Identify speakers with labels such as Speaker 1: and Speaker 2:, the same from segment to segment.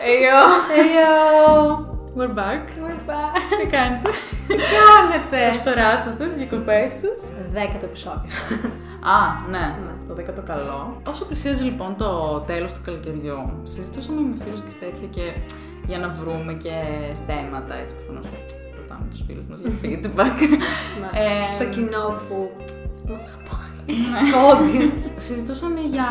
Speaker 1: Εϊό!
Speaker 2: We're back.
Speaker 1: We're back.
Speaker 2: Τι κάνετε.
Speaker 1: Τι κάνετε!
Speaker 2: Πώς περάσατε τις διακοπές σας.
Speaker 1: Δέκατο επεισόδιο.
Speaker 2: Α, ναι.
Speaker 1: Ναι.
Speaker 2: Το δέκατο καλό. Όσο πλησίαζε λοιπόν το τέλος του καλοκαιριού, συζητούσαμε με φίλους και τέτοια και για να βρούμε και θέματα έτσι προφανώς. Ρωτάμε τους φίλους μας για feedback.
Speaker 1: Ναι.
Speaker 2: Ε,
Speaker 1: Το κοινό που μας αγαπάει. Το audience.
Speaker 2: Συζητούσαμε για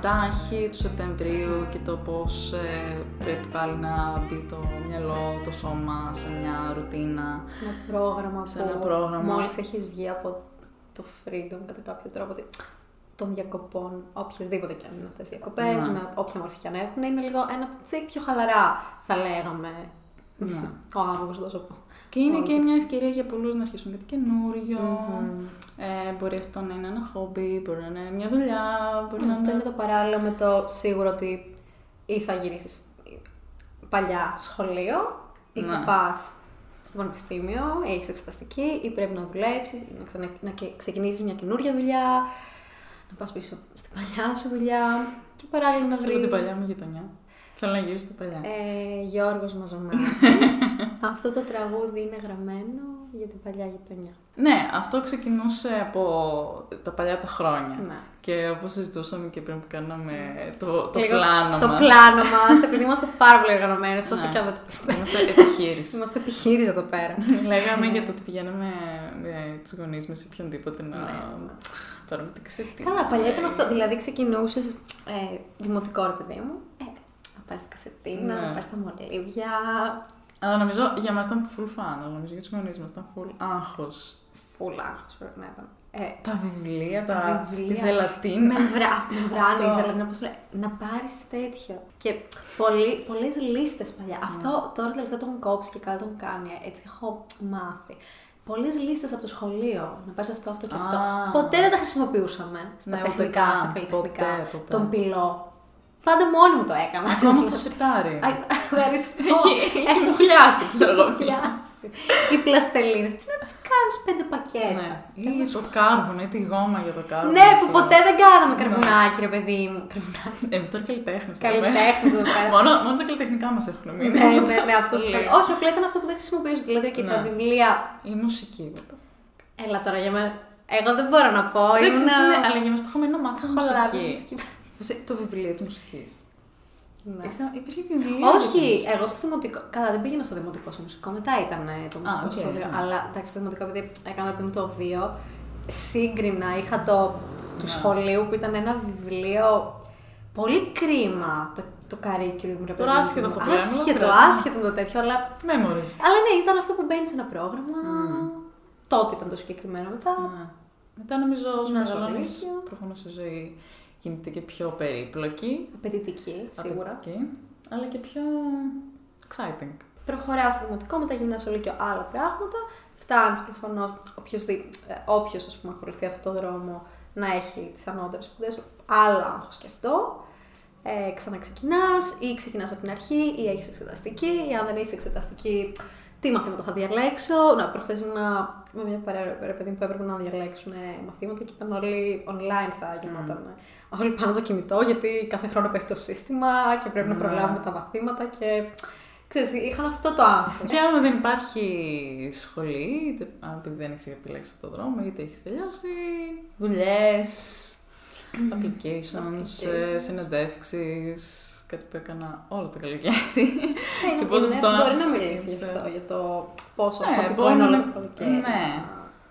Speaker 2: τα άχη του Σεπτεμβρίου και το πώς ε, πρέπει πάλι να μπει το μυαλό, το σώμα σε μια ρουτίνα.
Speaker 1: Σε ένα πρόγραμμα
Speaker 2: Σε ένα
Speaker 1: που
Speaker 2: πρόγραμμα.
Speaker 1: μόλις έχεις βγει από το freedom κατά κάποιο τρόπο ότι των διακοπών, οποιασδήποτε και αν είναι αυτές οι διακοπές,
Speaker 2: Ναι.
Speaker 1: με όποια μορφή και αν έχουν, είναι λίγο ένα τσικ πιο χαλαρά, θα λέγαμε.
Speaker 2: Ναι.
Speaker 1: Ο Αύγουστος, όπως
Speaker 2: Και είναι
Speaker 1: Όντως.
Speaker 2: και μια ευκαιρία για πολλούς να αρχίσουν κάτι καινούριο.
Speaker 1: Μμμ.
Speaker 2: Ε, μπορεί αυτό να είναι ένα χόμπι, μπορεί να είναι μια δουλειά, μπορεί να
Speaker 1: Ναι,
Speaker 2: ναι.
Speaker 1: Αυτό είναι το παράλληλο με το σίγουρο ότι ή θα γυρίσεις παλιά σχολείο, ή θα
Speaker 2: Ναι.
Speaker 1: πας στο πανεπιστήμιο, ή έχεις εξεταστική, ή πρέπει να δουλέψεις, ή να, ξανα... να και- ξεκινήσεις μια καινούργια δουλειά, να πας πίσω στην παλιά σου δουλειά και παράλληλα να
Speaker 2: Θέλω
Speaker 1: βρεις...
Speaker 2: την παλιά μου γειτονιά. Θέλω να γυρίσω στην παλιά.
Speaker 1: Ε, Γιώργος Μαζομάκης. Αυτό το τραγούδι είναι γραμμένο για την παλιά γειτονιά.
Speaker 2: Ναι, αυτό ξεκινούσε από τα παλιά τα χρόνια.
Speaker 1: Ναι.
Speaker 2: Και όπως συζητούσαμε και πριν που κάναμε το, το
Speaker 1: Λίγο
Speaker 2: πλάνο
Speaker 1: Το
Speaker 2: μας.
Speaker 1: πλάνο μας, επειδή είμαστε πάρα πολύ οργανωμένες, όσο
Speaker 2: Ναι.
Speaker 1: και αν δεν το πιστεύω.
Speaker 2: Είμαστε επιχείρηση.
Speaker 1: Είμαστε Ναι. επιχείρηση εδώ πέρα.
Speaker 2: Λέγαμε για το ότι πηγαίναμε με τους γονείς μας ή οποιονδήποτε να
Speaker 1: Ναι, ναι.
Speaker 2: πάρουμε την κασετίνα.
Speaker 1: Καλά, παλιά ήταν αυτό. Δηλαδή ξεκινούσες ε, δημοτικό, ρε παιδί μου. Ε, να πάρει την κασετίνα,
Speaker 2: Ναι.
Speaker 1: να πάρει τα μολύβια.
Speaker 2: Αλλά νομίζω για μας ήταν full fun, αλλά νομίζω για τους γονείς μας ήταν full άγχος.
Speaker 1: Φουλ άγχος πρέπει να ήταν. Ε,
Speaker 2: Τα βιβλία,
Speaker 1: Τα
Speaker 2: τα,
Speaker 1: βιβλία. Ναι.
Speaker 2: τη ζελατίνα.
Speaker 1: με βρά, με βράνει,
Speaker 2: Αυτό.
Speaker 1: δηλαδή να πώς λένε, να πάρεις τέτοιο. Και πολλοί, πολλές λίστες παλιά.
Speaker 2: Ναι.
Speaker 1: Αυτό τώρα τελευταία το έχουν κόψει και καλά το έχουν κάνει, έτσι έχω μάθει. Πολλές λίστες από το σχολείο, να πάρεις αυτό, αυτό και αυτό.
Speaker 2: Α.
Speaker 1: Ποτέ δεν τα χρησιμοποιούσαμε στα
Speaker 2: Ναι, ούτε
Speaker 1: τεχνικά, στα
Speaker 2: καν.
Speaker 1: καλλιτεχνικά.
Speaker 2: Ποτέ, ποτέ.
Speaker 1: Τον πυλό. Πάντα μόνη μου το έκανα.
Speaker 2: Ακόμα στο ε, σιρτάρι.
Speaker 1: Α, Ευχαριστώ.
Speaker 2: Έχει έχει χουλιάσει, ξέρω εγώ.
Speaker 1: Πιάσει. Οι πλαστελίνες. Τι να τις κάνεις πέντε πακέτα.
Speaker 2: Ναι. Ή το κάρβουνο, ή τη γόμα για το κάρβουνο.
Speaker 1: Ε, Ναι, που ποτέ δεν κάναμε κρυβουνάκι,
Speaker 2: Ναι.
Speaker 1: ρε παιδί μου. Κρυβουνάκι.
Speaker 2: Εμεί Ε, τώρα καλλιτέχνες.
Speaker 1: Καλλιτέχνε εδώ πέρα.
Speaker 2: Μόνο, μόνο τα καλλιτεχνικά μας έχουν μείνει.
Speaker 1: Ναι, ναι, ναι, αυτό
Speaker 2: Αυτό
Speaker 1: σου
Speaker 2: λέω.
Speaker 1: λέω. Όχι, απλά ήταν αυτό που δεν χρησιμοποιούσε. Δηλαδή, και τα
Speaker 2: Ναι.
Speaker 1: βιβλία.
Speaker 2: Η μουσική.
Speaker 1: Έλα τώρα για μένα. Εγώ δεν μπορώ να πω.
Speaker 2: Εντάξει, είναι,
Speaker 1: Ήμουν.
Speaker 2: αλλά για μα που είχαμε ένα μάθημα
Speaker 1: Χολάδι
Speaker 2: μουσική.
Speaker 1: μουσική.
Speaker 2: Βασί- Το βιβλίο της μουσικής.
Speaker 1: Ναι.
Speaker 2: Υπήρχε βιβλίο.
Speaker 1: Όχι, εγώ στο δημοτικό. Καλά, δεν πήγαινα στο δημοτικό στο μουσικό. Μετά ήταν ε, το μουσικό
Speaker 2: οκ,
Speaker 1: σχολείο.
Speaker 2: ναι.
Speaker 1: Αλλά εντάξει, το δημοτικό επειδή έκανα πριν το 2, σύγκρινα είχα το του
Speaker 2: Ναι.
Speaker 1: σχολείου που ήταν ένα βιβλίο. Πολύ κρίμα το, το curriculum, ρε παιδί μου.
Speaker 2: άσχετο αυτό που λέμε, αλλά
Speaker 1: Άσχετο,
Speaker 2: πρέπει.
Speaker 1: άσχετο με το τέτοιο, αλλά,
Speaker 2: Μέμορι.
Speaker 1: αλλά ναι, ήταν αυτό που μπαίνει σε ένα πρόγραμμα. Τότε ήταν το συγκεκριμένο μετά.
Speaker 2: Μετά νομίζω όσο
Speaker 1: Ναι,
Speaker 2: μεγαλώνει,
Speaker 1: σχολείο.
Speaker 2: προφανώ η ζωή γίνεται και πιο περίπλοκη.
Speaker 1: Απαιτητική, σίγουρα.
Speaker 2: απαιτητική, Αλλά και πιο exciting.
Speaker 1: προχωρά στο δημοτικό, μετά γυμνάς όλο και άλλα πράγματα. Φτάνεις προφανώς όποιος ε, πούμε ακολουθεί αυτό το δρόμο να έχει τις ανώτερες σπουδές, άλλο άγχος και αυτό. Ε, ξαναξεκινάς ή ξεκινάς από την αρχή ή έχεις εξεταστική, ή αν δεν έχεις εξεταστική, τι μαθήματα θα διαλέξω. Να, προχθές ήμουνα με μια παρέα ρε παιδί μου, που έπρεπε να διαλέξουν μαθήματα και ήταν όλοι online θα γινόταν. Όλοι πάνω από το κινητό, γιατί κάθε χρόνο πέφτει το σύστημα και πρέπει να
Speaker 2: Ναι.
Speaker 1: προλάβουμε τα μαθήματα και Ξέρεις, είχαν αυτό το άγχος.
Speaker 2: Και άμα δεν υπάρχει σχολή, είτε αν επειδή δεν έχεις επιλέξει αυτόν τον δρόμο, είτε έχεις τελειώσει, δουλειές, applications,
Speaker 1: Applications.
Speaker 2: συνεντεύξεις, κάτι που έκανα όλο το καλοκαίρι.
Speaker 1: Ναι, είναι,
Speaker 2: Και πότε
Speaker 1: είναι-
Speaker 2: αυτό να
Speaker 1: μπορεί να
Speaker 2: τους
Speaker 1: μιλήσεις γι'
Speaker 2: ξεκίνησε.
Speaker 1: αυτό, για το πόσο
Speaker 2: Ναι,
Speaker 1: χωτικό
Speaker 2: μπορεί
Speaker 1: είναι
Speaker 2: να
Speaker 1: όλο
Speaker 2: με-
Speaker 1: το καλοκαίρι.
Speaker 2: ναι.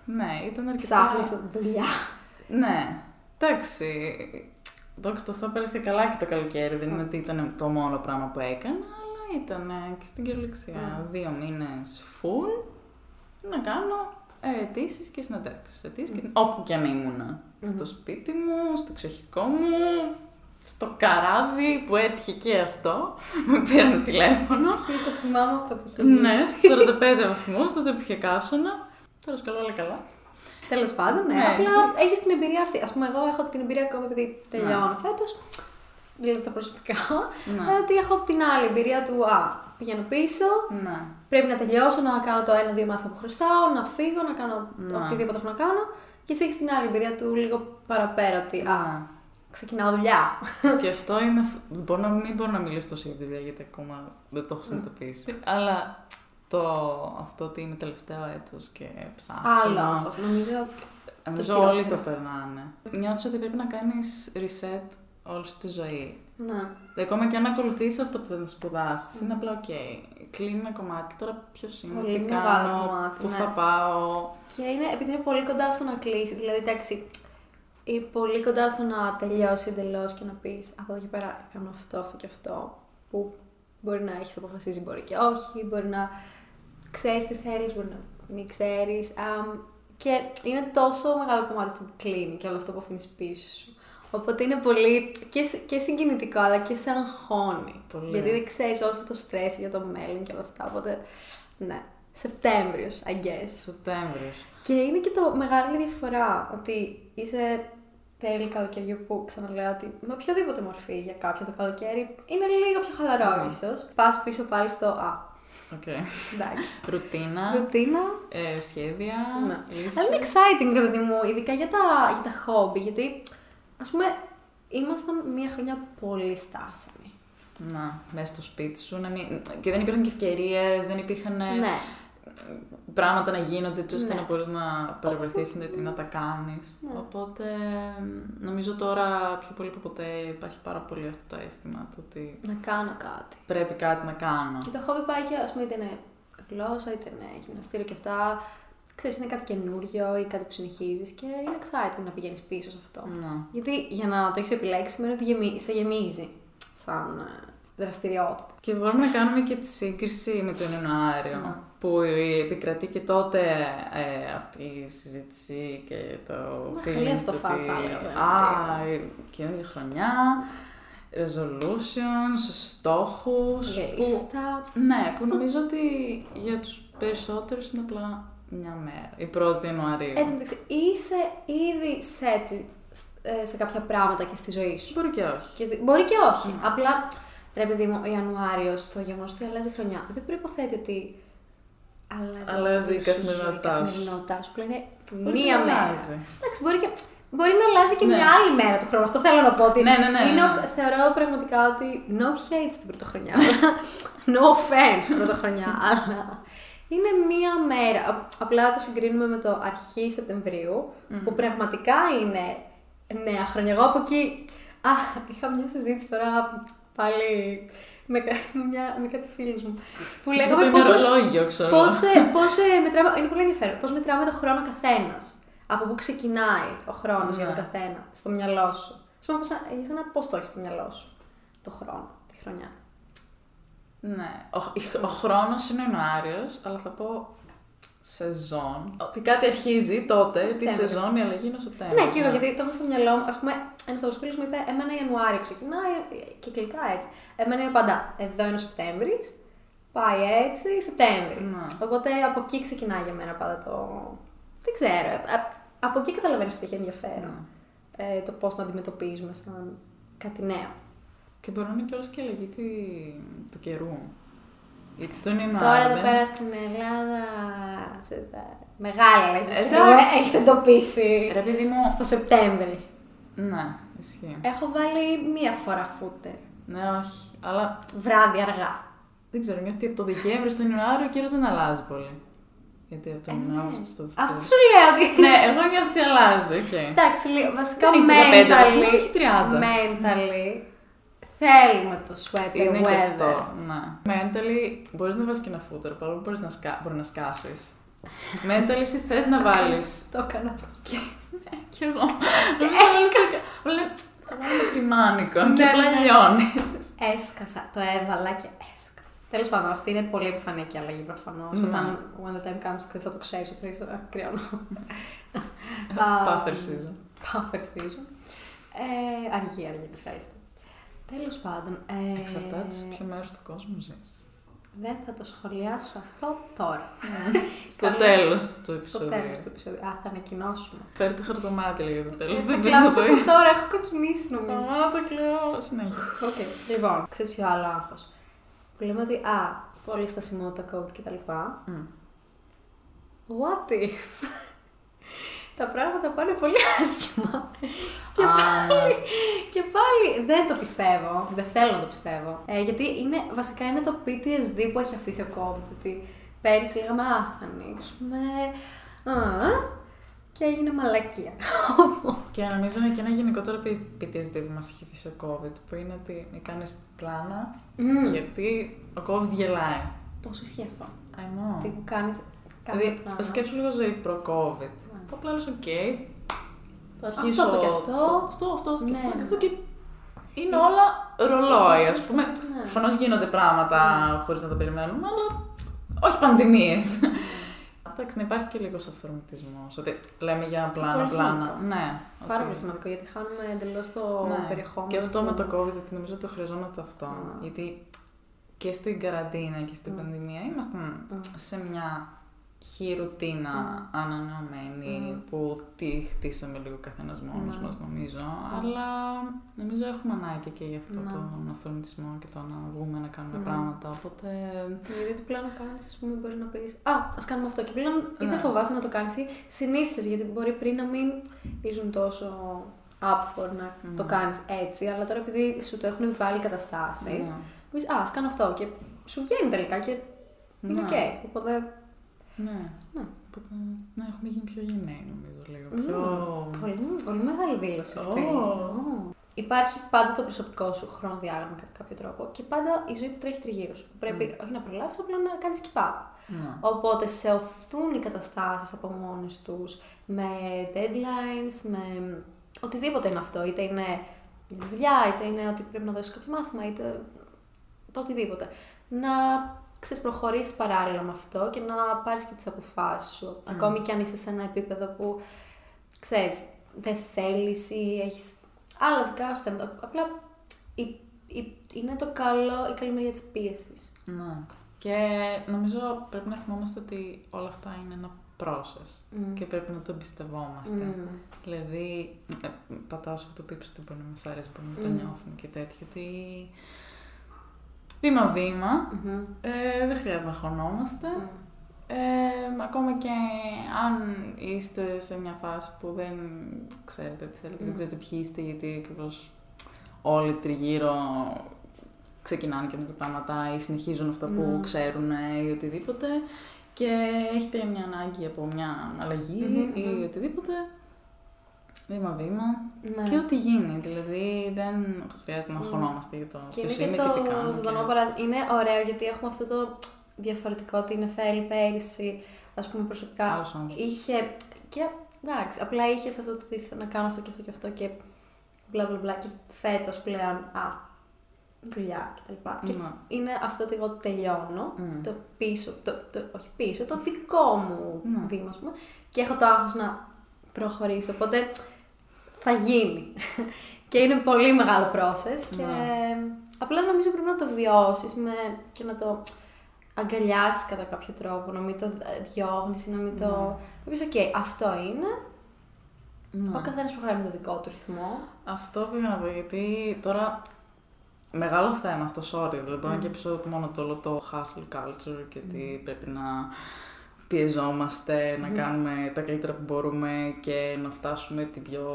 Speaker 2: ναι, ήταν αρκετά.
Speaker 1: Ψάχνεις δουλειά.
Speaker 2: Ναι, εντάξει. Δόξα τω Θεώ, πέρασε καλά και το καλοκαίρι. Δεν είναι ότι ήταν το μόνο πράγμα που έκανα, αλλά ήταν ε, και στην κυριολεξία. Δύο μήνες full να κάνω αιτήσεις και συνεντεύξει. και... Όπου και αν ήμουνα. Στο σπίτι μου, στο ξεχικό μου, στο καράβι που έτυχε και αυτό. Με πήραν τηλέφωνο.
Speaker 1: Ισχύει, το θυμάμαι αυτό που είχε γίνει.
Speaker 2: ναι, στου 45 βαθμούς, τότε που είχε καύσωνα. Τώρα καλά, όλα καλά.
Speaker 1: Τέλος πάντων, ναι.
Speaker 2: Ναι.
Speaker 1: Απλά έχεις την εμπειρία αυτή. Ας πούμε, εγώ έχω την εμπειρία ακόμα επειδή τελειώνω φέτος. Δηλαδή τα προσωπικά.
Speaker 2: Ναι.
Speaker 1: αλλά Ότι έχω την άλλη εμπειρία του Α, πηγαίνω πίσω.
Speaker 2: Ναι.
Speaker 1: Πρέπει να τελειώσω, να κάνω το ένα-δύο μάθημα που χρωστάω, να φύγω, να κάνω
Speaker 2: Ναι. Ναι.
Speaker 1: οτιδήποτε έχω να κάνω. Και εσύ έχεις την άλλη εμπειρία του λίγο παραπέρα ότι Α, ξεκινάω δουλειά.
Speaker 2: Και αυτό είναι. Μπορώ να μην μπορώ να μιλήσω τόσο για δουλειά γιατί ακόμα δεν το έχω
Speaker 1: Ναι.
Speaker 2: συνειδητοποιήσει. Αλλά το, αυτό ότι είναι τελευταίο έτος και ψάχνω.
Speaker 1: Άλλο άγχος, νομίζω.
Speaker 2: Νομίζω
Speaker 1: χειρότερο.
Speaker 2: όλοι το περνάνε. Νιώθω ότι πρέπει να κάνεις reset όλη σου τη ζωή.
Speaker 1: Ναι.
Speaker 2: Ακόμα και αν ακολουθήσει αυτό που θα σπουδάσει, είναι απλά οκ. Κλείνει ένα κομμάτι. Τώρα ποιος είμαι,
Speaker 1: Mm. Πολύ
Speaker 2: τι
Speaker 1: μεγάλο
Speaker 2: κάνω,
Speaker 1: κομμάτι,
Speaker 2: πού
Speaker 1: ναι.
Speaker 2: θα πάω.
Speaker 1: Και είναι επειδή είναι πολύ κοντά στο να κλείσει. Δηλαδή, εντάξει, ή πολύ κοντά στο να τελειώσει εντελώς και να πεις από εδώ και πέρα κάνω αυτό, αυτό και αυτό. Που μπορεί να έχεις αποφασίσει, μπορεί και όχι, μπορεί να ξέρεις τι θέλεις, μπορεί να μην ξέρεις. και είναι τόσο μεγάλο κομμάτι αυτό που κλείνει και όλο αυτό που αφήνεις πίσω σου. Οπότε είναι πολύ και, συ- και συγκινητικό, αλλά και σε αγχώνει.
Speaker 2: Πολύ.
Speaker 1: Γιατί δεν ξέρεις όλο αυτό το stress για το μέλλον και όλα αυτά. Οπότε, ναι. Σεπτέμβριος, I guess.
Speaker 2: Σεπτέμβριος.
Speaker 1: Και είναι και το μεγάλη διαφορά ότι είσαι τέλη καλοκαιριού που ξαναλέω ότι με οποιαδήποτε μορφή για κάποιον το καλοκαίρι είναι λίγο πιο χαλαρό
Speaker 2: Ναι.
Speaker 1: ίσως. Πας πίσω πάλι στο «Α,
Speaker 2: Οκ.
Speaker 1: εντάξει».
Speaker 2: Ρουτίνα,
Speaker 1: Ρουτίνα.
Speaker 2: ε, σχέδια.
Speaker 1: Ναι.
Speaker 2: λύσεις.
Speaker 1: Αλλά είναι exciting ρε παιδί μου, ειδικά για τα, για τα χόμπι, γιατί ας πούμε ήμασταν μία χρονιά πολύ στάσιμοι.
Speaker 2: Να, μέσα στο σπίτι σου. Να μην... Και δεν υπήρχαν και ευκαιρίες, δεν υπήρχαν ε,
Speaker 1: Ναι.
Speaker 2: πράγματα να γίνονται έτσι ώστε
Speaker 1: Ναι.
Speaker 2: να μπορείς να παρευρεθείς ή να τα κάνεις.
Speaker 1: Ναι.
Speaker 2: Οπότε μ, νομίζω τώρα πιο πολύ από ποτέ υπάρχει πάρα πολύ αυτό το αίσθημα το ότι
Speaker 1: Να κάνω κάτι.
Speaker 2: πρέπει κάτι να κάνω.
Speaker 1: Και το χόμπι πάει και, ας πούμε, είτε είναι γλώσσα, είτε είναι γυμναστήριο και αυτά. Ξέρεις, είναι κάτι καινούριο ή κάτι που συνεχίζεις και είναι exciting να πηγαίνεις πίσω σε αυτό.
Speaker 2: Να.
Speaker 1: Γιατί για να το έχεις επιλέξει σημαίνει ότι γεμι... σε γεμίζει σαν ε, δραστηριότητα.
Speaker 2: Και μπορούμε να κάνουμε και τη σύγκριση με τον Ιανουάριο,
Speaker 1: Να.
Speaker 2: που επικρατεί και τότε ε, αυτή η συζήτηση και το
Speaker 1: χλείαστο
Speaker 2: του
Speaker 1: φας, θα έλεγα,
Speaker 2: Α, η καινούργια χρονιά, resolutions, στόχους, που,
Speaker 1: Λίστα.
Speaker 2: ναι, που νομίζω ότι για τους περισσότερους είναι απλά μια μέρα, η 1η Ιανουαρίου.
Speaker 1: Εν τω μεταξύ, είσαι ήδη settled σ- ε, σε κάποια πράγματα και στη ζωή σου.
Speaker 2: Μπορεί και όχι.
Speaker 1: Και στη- Μπορεί και όχι.
Speaker 2: Ναι.
Speaker 1: Απλά, ρε παιδί μου, ο Ιανουάριος, το γεγονός ότι αλλάζει χρονιά, δεν προποθέτει ότι αλλάζει,
Speaker 2: Αλλάζει η
Speaker 1: όλη σου
Speaker 2: καθημερινότητά
Speaker 1: ζωή,
Speaker 2: σου.
Speaker 1: η καθημερινότητά σου. Απλά είναι
Speaker 2: Μπορεί και
Speaker 1: μία
Speaker 2: να
Speaker 1: μέρα.
Speaker 2: αλλάζει.
Speaker 1: Εντάξει, μπορεί, και... μπορεί να αλλάζει και
Speaker 2: Ναι.
Speaker 1: μια άλλη μέρα του χρόνου. Αυτό θέλω να πω. Ότι
Speaker 2: Ναι, ναι, ναι,
Speaker 1: Είναι,
Speaker 2: ναι, ναι.
Speaker 1: Θεωρώ πραγματικά ότι no hate στην πρωτοχρονιά. no offense στην πρωτοχρονιά. αλλά είναι μία μέρα. Α- Απλά το συγκρίνουμε με το αρχή Σεπτεμβρίου, που πραγματικά είναι νέα χρόνια. Εγώ από εκεί. Α, είχα μια συζήτηση τώρα πάλι με, κα- με μια, με κάτι φίλους μου. Που
Speaker 2: Και
Speaker 1: λέγαμε
Speaker 2: το
Speaker 1: πόσο
Speaker 2: ημερολόγιο, ξέρω.
Speaker 1: Πώς, ε, πώς, ε, μετράμε, είναι πολύ ενδιαφέρον. Πώς μετράμε το χρόνο καθένας. Από πού ξεκινάει ο χρόνος για τον
Speaker 2: Ναι.
Speaker 1: καθένα στο μυαλό σου. Ας πούμε, για ένα πώς το έχεις στο μυαλό σου το χρόνο, τη χρονιά.
Speaker 2: Ναι. Ο, ο χρόνος είναι ο Ιανουάριος, αλλά θα πω σεζόν. Ότι κάτι αρχίζει τότε, τη
Speaker 1: Σεπτέμβριο.
Speaker 2: σεζόν η αλλαγή είναι ο Σεπτέμβριος.
Speaker 1: ναι, και εγώ γιατί το έχω στο μυαλό μου. Ας πούμε, ένας από του φίλου μου είπε: Εμένα Ιανουάριο ξεκινάει ε, κυκλικά έτσι. Εμένα είναι πάντα εδώ είναι ο Σεπτέμβρης, πάει έτσι Σεπτέμβρης.
Speaker 2: Ναι.
Speaker 1: Οπότε από εκεί ξεκινάει για μένα πάντα το. Δεν ξέρω. ε, α- Από εκεί καταλαβαίνεις ότι έχει ενδιαφέρον.
Speaker 2: Ναι.
Speaker 1: ε, το πώς να αντιμετωπίζουμε σαν κάτι νέο.
Speaker 2: Και μπορεί να είναι κιόλας και η αλλαγή τη... του καιρού. Γιατί στον Ιανουάριο.
Speaker 1: Τώρα εδώ
Speaker 2: δεν-
Speaker 1: πέρα στην Ελλάδα, σε τα μεγάλα αλλαγή
Speaker 2: Εντάξει.
Speaker 1: καιρού, ε, έχεις εντοπίσει
Speaker 2: Ρε παιδί μου.
Speaker 1: στο Σεπτέμβρη.
Speaker 2: Ναι, ισχύει.
Speaker 1: Έχω βάλει μία φορά φούτερ,
Speaker 2: Ναι, όχι. Αλλά
Speaker 1: βράδυ αργά.
Speaker 2: δεν ξέρω, νιώθω ότι από το Δεκέμβριο στον Ιανουάριο ο καιρός δεν αλλάζει πολύ. Γιατί από τον Αύγουστο στο
Speaker 1: Ε, ναι. Αυτό
Speaker 2: Δεκέμβριο.
Speaker 1: σου λέω ότι...
Speaker 2: Ναι, εγώ νιώθω ότι αλλάζει, οκ.
Speaker 1: Εντάξει, λίγο- βασικά
Speaker 2: Δεν έχει 15 βαθμούς,
Speaker 1: mentally,
Speaker 2: έχει 30.
Speaker 1: mentally, θέλουμε το sweater
Speaker 2: Είναι
Speaker 1: weather.
Speaker 2: και αυτό, ναι. Mentally, μπορείς να βάλεις και ένα φούτερ, παρόλο που μπορείς να, σκα... μπορεί να σκάσεις. Mentally, εσύ θες να βάλεις.
Speaker 1: Το έκανα προχθές.
Speaker 2: Κι εγώ. Και έσκασα. Όλα θα βάλουμε κρυμάνικο και
Speaker 1: Ναι,
Speaker 2: απλά
Speaker 1: ναι.
Speaker 2: λιώνεις.
Speaker 1: Έσκασα, το έβαλα και έσκασα. Τέλος πάντων, αυτή είναι πολύ επιφανειακή αλλαγή προφανώς.
Speaker 2: Ναι.
Speaker 1: Όταν one time comes, ξέρει, θα το ξέρεις ότι θα είσαι «Α, κρυώνω.
Speaker 2: Puffer season.
Speaker 1: Puffer season. Ε, αργή, αργή, να φέρει αυτό. Τέλος πάντων. Ε,
Speaker 2: Εξαρτάται σε ποιο μέρος του κόσμου ζεις.
Speaker 1: Δεν θα το σχολιάσω αυτό τώρα.
Speaker 2: Ναι. Στο
Speaker 1: Καλό.
Speaker 2: τέλος του
Speaker 1: Στο τέλο
Speaker 2: επεισόδου.
Speaker 1: του επεισόδιου. Α, θα ανακοινώσουμε. Ε,
Speaker 2: Φέρτε το χαρτομάτι λίγο το τέλος του
Speaker 1: Θα κλάψω
Speaker 2: επεισόδου.
Speaker 1: από τώρα, έχω κοκκινήσει νομίζω.
Speaker 2: Μαμά το κλαίω συνέχεια.
Speaker 1: Οκ, λοιπόν, ξέρεις ποιο άλλο άγχος. Που λέμε ότι α, πολύ στασιμότητα coach κτλ.
Speaker 2: Μμ.
Speaker 1: What if? Τα πράγματα πάνε πολύ άσχημα. Και
Speaker 2: Α,
Speaker 1: πάλι Και πάλι δεν το πιστεύω. Δεν θέλω να το πιστεύω. Ε, γιατί είναι, βασικά είναι το PTSD που έχει αφήσει ο COVID. Ότι πέρυσι λέγαμε Α, θα ανοίξουμε. Α, και έγινε μαλακία.
Speaker 2: Και νομίζω είναι και ένα γενικότερο PTSD που μας έχει αφήσει ο COVID, που είναι ότι μη κάνεις πλάνα
Speaker 1: Μμμ.
Speaker 2: γιατί ο COVID γελάει.
Speaker 1: Πόσο ισχύει αυτό.
Speaker 2: I know.
Speaker 1: Τι που κάνει.
Speaker 2: Δηλαδή, σκέψου λίγο ζωή προ-COVID. Που απλά λες, οκ. Θα
Speaker 1: Αυτό
Speaker 2: αρχίσω
Speaker 1: και αυτό.
Speaker 2: Αυτό, αυτό, αυτό.
Speaker 1: Ναι,
Speaker 2: αυτό,
Speaker 1: ναι.
Speaker 2: αυτό και είναι όλα ρολόι, ας πούμε.
Speaker 1: Ναι.
Speaker 2: Προφανώς γίνονται πράγματα χωρίς να τα περιμένουμε, αλλά όχι πανδημίες. Εντάξει, να υπάρχει και λίγος αυθορμητισμός. Ότι λέμε για πλάνα,
Speaker 1: Πολύ
Speaker 2: πλάνα.
Speaker 1: σημαντικό.
Speaker 2: Ναι.
Speaker 1: Πάρα
Speaker 2: ότι-
Speaker 1: πολύ σημαντικό γιατί χάνουμε εντελώς το
Speaker 2: ναι.
Speaker 1: περιεχόμενο.
Speaker 2: Και αυτό
Speaker 1: του-
Speaker 2: με το COVID, ότι νομίζω το χρειαζόμαστε αυτό.
Speaker 1: Ναι.
Speaker 2: Γιατί και στην καραντίνα και στην
Speaker 1: Ναι.
Speaker 2: πανδημία ήμασταν
Speaker 1: Ναι.
Speaker 2: σε μια χειρουτίνα ανανεωμένη
Speaker 1: Ναι.
Speaker 2: που τη χτίσαμε λίγο καθένας μόνος
Speaker 1: Ναι.
Speaker 2: μας, νομίζω. Αλλά νομίζω έχουμε ανάγκη και γι' αυτό
Speaker 1: Ναι.
Speaker 2: τον αυθορμητισμό και το να βγούμε να κάνουμε
Speaker 1: Ναι.
Speaker 2: πράγματα. Οπότε.
Speaker 1: Γιατί το πλάνο κάνει, ας πούμε, μπορεί να πει Α, ας κάνουμε αυτό. Και πλέον ή
Speaker 2: Ναι.
Speaker 1: δεν φοβάσαι να το κάνεις ή συνήθισε γιατί μπορεί πριν να μην ήσουν τόσο up for να
Speaker 2: Μμμ.
Speaker 1: το κάνεις έτσι. Αλλά τώρα επειδή σου το έχουν βάλει καταστάσεις,
Speaker 2: ναι.
Speaker 1: πει Α, ας κάνω αυτό. Και σου βγαίνει τελικά και
Speaker 2: Ναι.
Speaker 1: είναι οκ. Οπότε.
Speaker 2: Ναι.
Speaker 1: Ναι.
Speaker 2: Οπότε, ναι, έχουμε γίνει πιο γενναίοι νομίζω λίγο.
Speaker 1: Μμμ.
Speaker 2: Πιο.
Speaker 1: Πολύ, πολύ μεγάλη δήλωση αυτή.
Speaker 2: Ω.
Speaker 1: Ω. Υπάρχει πάντα το προσωπικό σου χρονοδιάγραμμα κατά κάποιο τρόπο και πάντα η ζωή που τρέχει τριγύρω σου. Πρέπει όχι να προλάβεις, απλά να κάνεις keep up.
Speaker 2: Ναι.
Speaker 1: Οπότε σε οθούν οι καταστάσεις από μόνες τους με deadlines, με οτιδήποτε είναι αυτό. Είτε είναι η δουλειά, είτε είναι ότι πρέπει να δώσεις κάποιο μάθημα, είτε το οτιδήποτε. Να ξέρεις προχωρήσεις παράλληλα με αυτό και να πάρεις και τις αποφάσεις σου. Ακόμη κι αν είσαι σε ένα επίπεδο που ξέρεις, δεν θέλεις ή έχεις άλλα δικά σου θέματα. Απλά η- η- είναι το καλό, η καλή μεριά της πίεσης.
Speaker 2: Ναι. Και νομίζω πρέπει να θυμόμαστε ότι όλα αυτά είναι ένα process
Speaker 1: Μμ.
Speaker 2: και πρέπει να το εμπιστευόμαστε.
Speaker 1: Μμ.
Speaker 2: Δηλαδή, ε, πατάω σε αυτό το πίψο ότι μπορεί να μας αρέσει, μπορεί να το
Speaker 1: Μμ.
Speaker 2: νιώθουμε και τέτοια. Γιατί βήμα-βήμα,
Speaker 1: Μμμ.
Speaker 2: ε, δεν χρειάζεται να χωνόμαστε. Ε, ακόμα και αν είστε σε μια φάση που δεν ξέρετε τι θέλετε, δεν
Speaker 1: Mm.
Speaker 2: ξέρετε ποιοι είστε, γιατί ακριβώς όλοι τριγύρω ξεκινάνε καινούργια πράγματα ή συνεχίζουν αυτά που
Speaker 1: Ναι.
Speaker 2: ξέρουν ή οτιδήποτε και έχετε μια ανάγκη από μια αλλαγή
Speaker 1: Μμμ, μμμ.
Speaker 2: ή οτιδήποτε, βήμα-βήμα
Speaker 1: Ναι.
Speaker 2: και ό,τι γίνει. Δηλαδή δεν χρειάζεται να
Speaker 1: Mm.
Speaker 2: χωνόμαστε για το
Speaker 1: Και
Speaker 2: ποιος
Speaker 1: είναι
Speaker 2: είμαι
Speaker 1: και
Speaker 2: και τι
Speaker 1: το
Speaker 2: κάνω.
Speaker 1: ζωντανό
Speaker 2: και-
Speaker 1: παράδειγμα. Είναι ωραίο γιατί έχουμε αυτό το διαφορετικό ότι είναι φέλη πέρυσι, ας πούμε προσωπικά.
Speaker 2: Άλλος άνθρωπος.
Speaker 1: Είχε και εντάξει, απλά είχε σε αυτό το ότι ήθελα να κάνω αυτό και αυτό και αυτό και μπλα μπλα μπλα και φέτος πλέον α, δουλειά κτλ. Και
Speaker 2: Ναι.
Speaker 1: είναι αυτό ότι εγώ τελειώνω
Speaker 2: Μμ.
Speaker 1: το πίσω, το, το, όχι πίσω, το δικό μου
Speaker 2: Ναι.
Speaker 1: βήμα, ας πούμε, και έχω το άγχος να προχωρήσω, οπότε θα γίνει. και είναι πολύ μεγάλο process και
Speaker 2: Ναι.
Speaker 1: απλά νομίζω πρέπει να το βιώσεις με, και να το αγκαλιάσεις κατά κάποιο τρόπο, να μην το διώγνεις ή να μην το... Να πεις, οκ, αυτό είναι,
Speaker 2: Ναι.
Speaker 1: ο καθένας προχωράει με το δικό του ρυθμό.
Speaker 2: Αυτό πήγα να πω, γιατί τώρα μεγάλο θέμα αυτό, sorry, δηλαδή μπορεί να είναι και επεισόδιο μόνο το όλο το hustle culture και ότι πρέπει να πιεζόμαστε, να κάνουμε τα καλύτερα που μπορούμε και να φτάσουμε την πιο...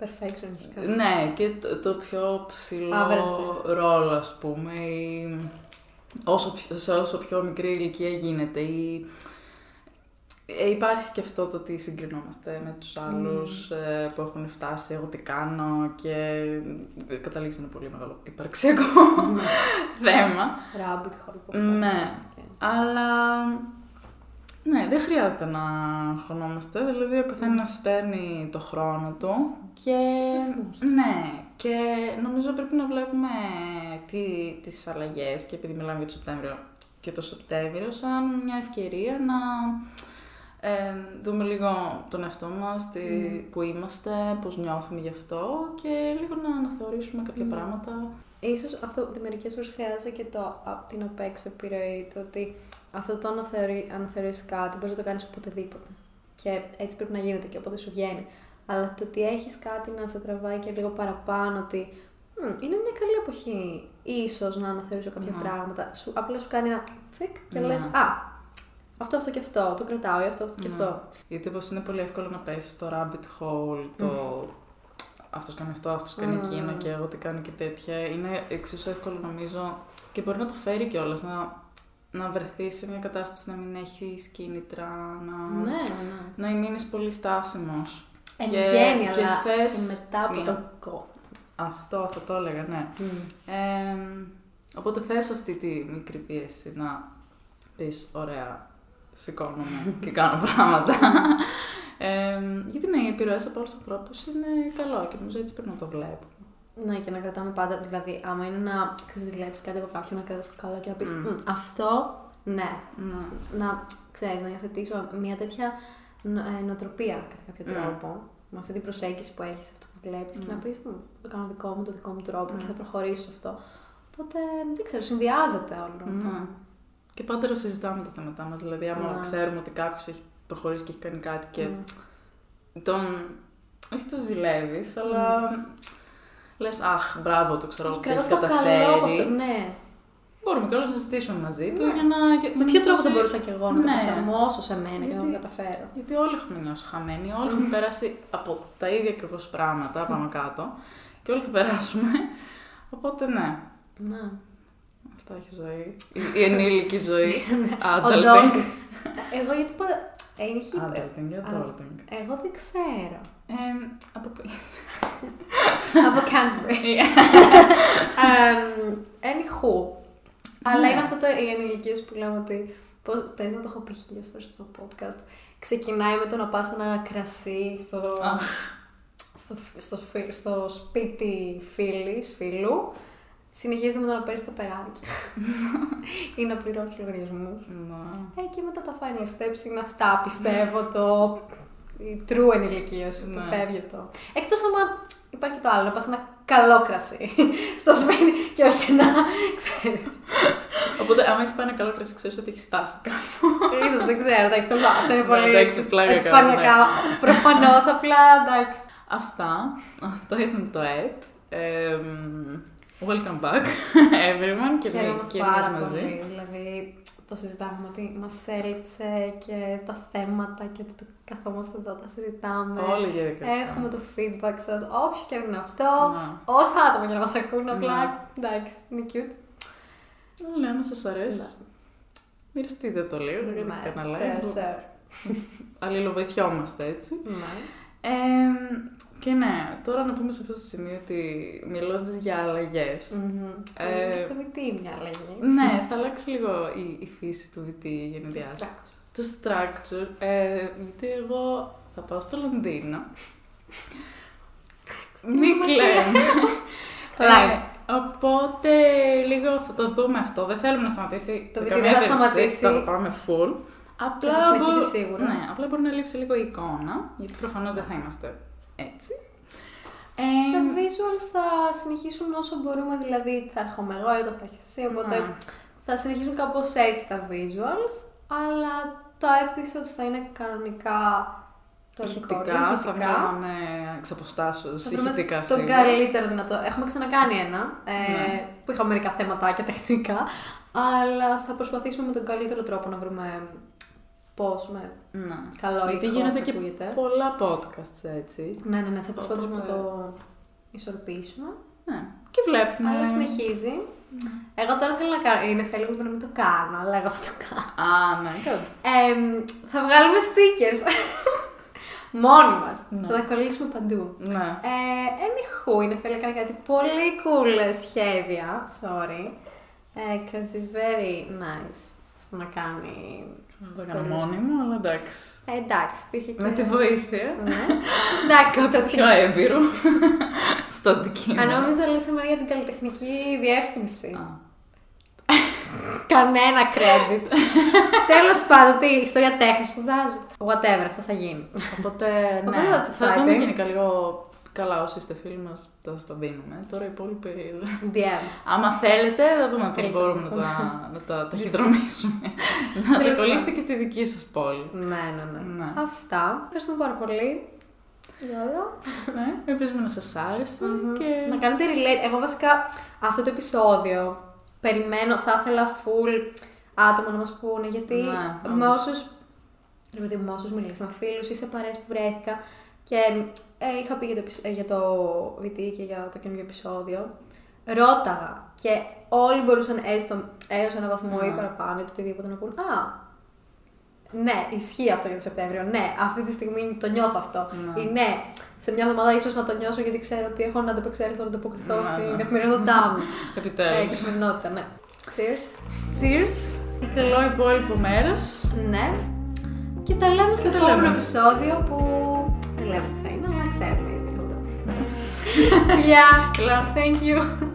Speaker 1: Perfection.
Speaker 2: Ναι, και το, το πιο ψηλό
Speaker 1: Average.
Speaker 2: ρόλο, ας πούμε, ή όσο, πιο- σε όσο πιο μικρή ηλικία γίνεται ή... Ε, υπάρχει και αυτό το ότι συγκρινόμαστε με τους άλλους ε, που έχουν φτάσει, εγώ τι κάνω και καταλήγεις σε ένα πολύ μεγάλο υπαρξιακό θέμα.
Speaker 1: Rabbit hole. που
Speaker 2: Ναι.
Speaker 1: Και-
Speaker 2: Αλλά ναι, δεν χρειάζεται να χωνόμαστε. Δηλαδή, ο καθένας παίρνει το χρόνο του και.
Speaker 1: Ρυθμούς.
Speaker 2: Ναι, και νομίζω πρέπει να βλέπουμε τι, τις αλλαγές και επειδή μιλάμε για το Σεπτέμβριο και το Σεπτέμβριο σαν μια ευκαιρία να ε, δούμε λίγο τον εαυτό μας, τι, που είμαστε, πώς νιώθουμε γι' αυτό και λίγο να αναθεωρήσουμε κάποια
Speaker 1: Μμμ.
Speaker 2: πράγματα.
Speaker 1: Ίσως αυτό ότι μερικές φορές χρειάζεται και το από την απ' έξω επιρροή το ότι αυτό το να θεωρεί, αν θεωρείς κάτι μπορείς να το κάνεις οποτεδήποτε και έτσι πρέπει να γίνεται και όποτε σου βγαίνει αλλά το ότι έχεις κάτι να σε τραβάει και λίγο παραπάνω ότι «Μμ, είναι μια καλή εποχή ίσως να αναθεωρήσω κάποια
Speaker 2: Ναι.
Speaker 1: πράγματα σου, απλά σου κάνει ένα τσικ και
Speaker 2: Ναι.
Speaker 1: λες α, αυτό, αυτό και αυτό, το κρατάω ή αυτό, αυτό και
Speaker 2: Ναι.
Speaker 1: αυτό
Speaker 2: Γιατί όπως είναι πολύ εύκολο να πέσεις στο rabbit hole, το αυτός κάνει αυτό, αυτός κάνει εκείνο και εγώ τι κάνω και τέτοια. Είναι εξίσου εύκολο νομίζω και μπορεί να το φέρει κιόλας να, να βρεθεί σε μια κατάσταση να μην έχει κίνητρα, να,
Speaker 1: Ναι,
Speaker 2: να
Speaker 1: ναι.
Speaker 2: μείνεις πολύ στάσιμος.
Speaker 1: Εν
Speaker 2: Και-
Speaker 1: γέννη,
Speaker 2: και
Speaker 1: αλλά
Speaker 2: θες
Speaker 1: μετά από
Speaker 2: μία.
Speaker 1: το κόμμα.
Speaker 2: Αυτό θα το έλεγα, ναι. Ε, οπότε θες αυτή τη μικρή πίεση να πεις ωραία, σηκώνομαι και κάνω πράγματα. Ε, γιατί ναι, οι επιρροές από όλους τους ανθρώπους είναι καλό και νομίζω έτσι πρέπει να το βλέπω.
Speaker 1: Ναι, και να κρατάμε πάντα. Δηλαδή, άμα είναι να ξεζηλέψεις κάτι από κάποιον, να κρατάς το καλό και να
Speaker 2: Mm.
Speaker 1: πεις αυτό, ναι.
Speaker 2: Ναι.
Speaker 1: Να ξέρεις, να υιοθετήσω μια τέτοια νο- ε, νοοτροπία κατά κάποιο
Speaker 2: Μμμ.
Speaker 1: τρόπο. Με αυτή την προσέγγιση που έχεις, αυτό που βλέπεις, και
Speaker 2: Ναι.
Speaker 1: να πεις: Το κάνω δικό μου, το δικό μου τρόπο και
Speaker 2: Μμ.
Speaker 1: θα προχωρήσω σε αυτό. Οπότε δεν ξέρω, συνδυάζεται όλο. Mm.
Speaker 2: Ναι. Και πάντα το συζητάμε τα θέματά μας, δηλαδή άμα
Speaker 1: Ναι.
Speaker 2: ξέρουμε ότι κάποιος έχει προχωρήσει και έχει κάνει κάτι και
Speaker 1: Ναι. Ναι.
Speaker 2: τον... Όχι το ζηλεύεις, αλλά... Λες, αχ, μπράβο του, ξέρω,
Speaker 1: Έχει
Speaker 2: που έχει
Speaker 1: κρατάς το καλό από
Speaker 2: καταφέρει.
Speaker 1: αυτό. Ναι.
Speaker 2: Μπορούμε κιόλας να συζητήσουμε μαζί του
Speaker 1: Ναι.
Speaker 2: για να. και-
Speaker 1: Με
Speaker 2: να
Speaker 1: ποιο
Speaker 2: μην
Speaker 1: τρόπο
Speaker 2: νιώσει-
Speaker 1: θα μπορούσα και εγώ να το
Speaker 2: Ναι.
Speaker 1: προσαρμόσω σε μένα και να το
Speaker 2: Γιατί-
Speaker 1: καταφέρω.
Speaker 2: Γιατί όλοι έχουμε νιώσει χαμένοι, όλοι έχουμε περάσει από τα ίδια ακριβώς πράγματα πάνω κάτω και όλοι θα περάσουμε. Οπότε ναι,
Speaker 1: Ναι.
Speaker 2: αυτά έχει ζωή. Η, η ενήλικη ζωή.
Speaker 1: Ναι. Adult.
Speaker 2: Adulting.
Speaker 1: Εγώ γιατί πάντα. ε, Έχει...
Speaker 2: Adulting, adulting.
Speaker 1: Εγώ δεν ξέρω.
Speaker 2: Ε, από πού είσαι.
Speaker 1: από Canterbury. Εμ, Anywho. Αλλά
Speaker 2: Ναι.
Speaker 1: είναι αυτό το οι ενηλικίες που λέμε ότι. Πώς παίζει να το έχω πει χίλιες φορές στο podcast. Ξεκινάει με το να πας ένα κρασί στο,
Speaker 2: Αχ.
Speaker 1: στο, φι- στο, φι- στο σπίτι φίλης, φίλου. Συνεχίζεται με το να παίρνεις τα περάκια ή να πληρώσει λογαριασμού.
Speaker 2: Ναι.
Speaker 1: Ε, και μετά τα final steps είναι αυτά, πιστεύω, το η true ενηλικίωση που
Speaker 2: Ναι.
Speaker 1: φεύγει από το. Εκτός άμα υπάρχει και το άλλο, να πας ένα καλό κρασί στο σπίτι και όχι ένα, ξέρεις.
Speaker 2: Οπότε, άμα έχεις πάει ένα καλό κρασί, ξέρεις ότι έχεις φτάσει κάπου.
Speaker 1: Ίσως δεν ξέρω, εντάξει, τέλος πάντων, αυτό είναι
Speaker 2: Ναι,
Speaker 1: πολύ
Speaker 2: εντάξει, πλάκα ναι. κάνω,
Speaker 1: επιφανειακά, προφανώς, απλά, εντάξει.
Speaker 2: Αυτά. Αυτό ήταν το app. Εμ, welcome back, everyone. Και, εμεί-
Speaker 1: Χαίρομαστε
Speaker 2: και εμείς
Speaker 1: πάρα
Speaker 2: μαζί.
Speaker 1: πολύ, δηλαδή, το συζητάμε ότι μας έλειψε και τα θέματα και ότι το καθόμαστε εδώ, τα συζητάμε.
Speaker 2: Όλη η διαδικασία.
Speaker 1: Έχουμε το feedback σας, όποιο και αν είναι αυτό.
Speaker 2: Ναι.
Speaker 1: Όσα άτομα για να μας ακούν,
Speaker 2: Ναι.
Speaker 1: απλά εντάξει, είναι cute.
Speaker 2: Όλα, άμα Ναι. σας αρέσει. Μοιραστείτε το λίγο, γιατί
Speaker 1: Ναι,
Speaker 2: κανένα
Speaker 1: share,
Speaker 2: like.
Speaker 1: share.
Speaker 2: Αλληλοβοηθιόμαστε έτσι.
Speaker 1: Ναι.
Speaker 2: Ε, και ναι, τώρα να πούμε σε αυτό το σημείο ότι μιλώντας για αλλαγές.
Speaker 1: Μμμ.
Speaker 2: Ε,
Speaker 1: Είναι στο VT μια αλλαγή.
Speaker 2: Ναι, θα αλλάξει λίγο η, η φύση του VT
Speaker 1: Το
Speaker 2: γενικά.
Speaker 1: structure.
Speaker 2: Το structure. Ε, γιατί εγώ θα πάω στο Λονδίνο. Μην
Speaker 1: Ξεκινάμε
Speaker 2: κλαίμε.
Speaker 1: Κλαίμε.
Speaker 2: Ε, Οπότε λίγο θα το δούμε αυτό. Δεν θέλουμε να σταματήσει.
Speaker 1: Το
Speaker 2: με
Speaker 1: βίντεο
Speaker 2: καμία
Speaker 1: δεν θα
Speaker 2: περίπτωση.
Speaker 1: σταματήσει.
Speaker 2: Θα το πάμε full. Απλά
Speaker 1: θα συνεχίσει
Speaker 2: μπο-
Speaker 1: σίγουρα.
Speaker 2: Ναι, απλά μπορεί να λείψει λίγο η εικόνα. Γιατί προφανώς δεν θα είμαστε έτσι. Ε,
Speaker 1: Τα visuals θα συνεχίσουν όσο μπορούμε, δηλαδή θα έρχομαι εγώ, εδώ θα έχεις εσύ,
Speaker 2: ναι.
Speaker 1: οπότε θα συνεχίσουν κάπως έτσι τα visuals, αλλά τα episodes θα είναι κανονικά το
Speaker 2: ηχητικά,
Speaker 1: recording,
Speaker 2: θα
Speaker 1: ηχητικά.
Speaker 2: μιλάμε εξ αποστάσεως,
Speaker 1: Θα βρούμε
Speaker 2: ηχητικά
Speaker 1: τον
Speaker 2: σίγουρα.
Speaker 1: καλύτερο δυνατό. Έχουμε ξανακάνει ένα ε,
Speaker 2: Ναι.
Speaker 1: που είχα μερικά θεματάκια τεχνικά. Αλλά θα προσπαθήσουμε με τον καλύτερο τρόπο να βρούμε πώς με
Speaker 2: Ναι.
Speaker 1: καλό
Speaker 2: Γιατί
Speaker 1: ηχό
Speaker 2: γίνονται
Speaker 1: θα
Speaker 2: και
Speaker 1: ακούγεται.
Speaker 2: πολλά podcasts έτσι.
Speaker 1: Ναι, ναι, ναι, θα προσπαθήσουμε
Speaker 2: Οπότε-
Speaker 1: να το ισορροπήσουμε.
Speaker 2: Ναι. Και βλέπουμε.
Speaker 1: Αλλά συνεχίζει. Εγώ τώρα θέλω να κάνω. Είναι φέλη μου να μην το κάνω, αλλά εγώ θα το κάνω.
Speaker 2: Α, ναι, κάτσε.
Speaker 1: Ε, θα βγάλουμε stickers. Μόνοι μας.
Speaker 2: Ναι.
Speaker 1: Θα τα κολλήσουμε παντού.
Speaker 2: Ναι.
Speaker 1: Ε, anywho, η Νεφέλη έκανε κάτι πολύ cool σχέδια, sorry, ε, cause it's very nice στο να κάνει...
Speaker 2: Δεν το έκανα μόνη μου, αλλά εντάξει.
Speaker 1: Ε, εντάξει, υπήρχε και...
Speaker 2: Με τη βοήθεια.
Speaker 1: Ναι. Εντάξει, το
Speaker 2: Πιο έμπειρου. Στο
Speaker 1: Αν
Speaker 2: αντικείμενο.
Speaker 1: νόμιζα λύσαμε για την καλλιτεχνική διεύθυνση.
Speaker 2: Α.
Speaker 1: Κανένα credit. Τέλος πάντων, τι ιστορία τέχνης σπουδάζω. Whatever, αυτό θα γίνει.
Speaker 2: Οπότε,
Speaker 1: Οπότε
Speaker 2: ναι.
Speaker 1: that's
Speaker 2: Θα πούμε
Speaker 1: exciting.
Speaker 2: γενικά λίγο καλά όσοι είστε φίλοι μας, θα σας τα δίνουμε. Τώρα οι υπόλοιποι...
Speaker 1: DM.
Speaker 2: Άμα θέλετε, θα δούμε πώς
Speaker 1: Στείλτε
Speaker 2: μπορούμε
Speaker 1: μας.
Speaker 2: να τα, να τα ταχυδρομήσουμε. να τα
Speaker 1: Τέλος
Speaker 2: κολλήσετε
Speaker 1: πάντων.
Speaker 2: και στη δική σας πόλη.
Speaker 1: Ναι, ναι, ναι.
Speaker 2: Ναι.
Speaker 1: Αυτά. Ευχαριστούμε πάρα πολύ. Για όλα.
Speaker 2: ναι, ελπίζουμε να σας άρεσε
Speaker 1: Μμμ.
Speaker 2: και...
Speaker 1: Να κάνετε relate. Εγώ βασικά αυτό το επεισόδιο περιμένω, θα ήθελα full άτομα να μας πούνε γιατί
Speaker 2: Ναι,
Speaker 1: με
Speaker 2: όντως.
Speaker 1: όσους, δηλαδή με όσους μιλήσαμε, φίλους ή σε παρέες που βρέθηκα, Και ε, είχα πει για το, επεισ- ε, για το VT και για το καινούργιο επεισόδιο. Ρώταγα και όλοι μπορούσαν έστω έως ένα βαθμό ή
Speaker 2: Mm.
Speaker 1: παραπάνω ή το οτιδήποτε να πούν Α, ναι, ισχύει αυτό για το Σεπτέμβριο. Ναι, αυτή τη στιγμή το νιώθω αυτό.
Speaker 2: Ναι.
Speaker 1: Ή ναι, σε μια εβδομάδα ίσως να το νιώσω γιατί ξέρω ότι έχω να ανταπεξέλθω, να ανταποκριθώ
Speaker 2: Ναι,
Speaker 1: στην
Speaker 2: ναι.
Speaker 1: καθημερινότητά μου. ε,
Speaker 2: Επιτέλους.
Speaker 1: καθημερινότητα, ναι. Cheers.
Speaker 2: Cheers. Καλό υπόλοιπο μέρας.
Speaker 1: Ναι. Και τα λέμε στο
Speaker 2: Και τα
Speaker 1: επόμενο
Speaker 2: λέμε.
Speaker 1: επεισόδιο που δεν λέμε τι θα είναι, αλλά ξέρουμε ήδη. Φιλιά!
Speaker 2: Καλά.
Speaker 1: Thank you!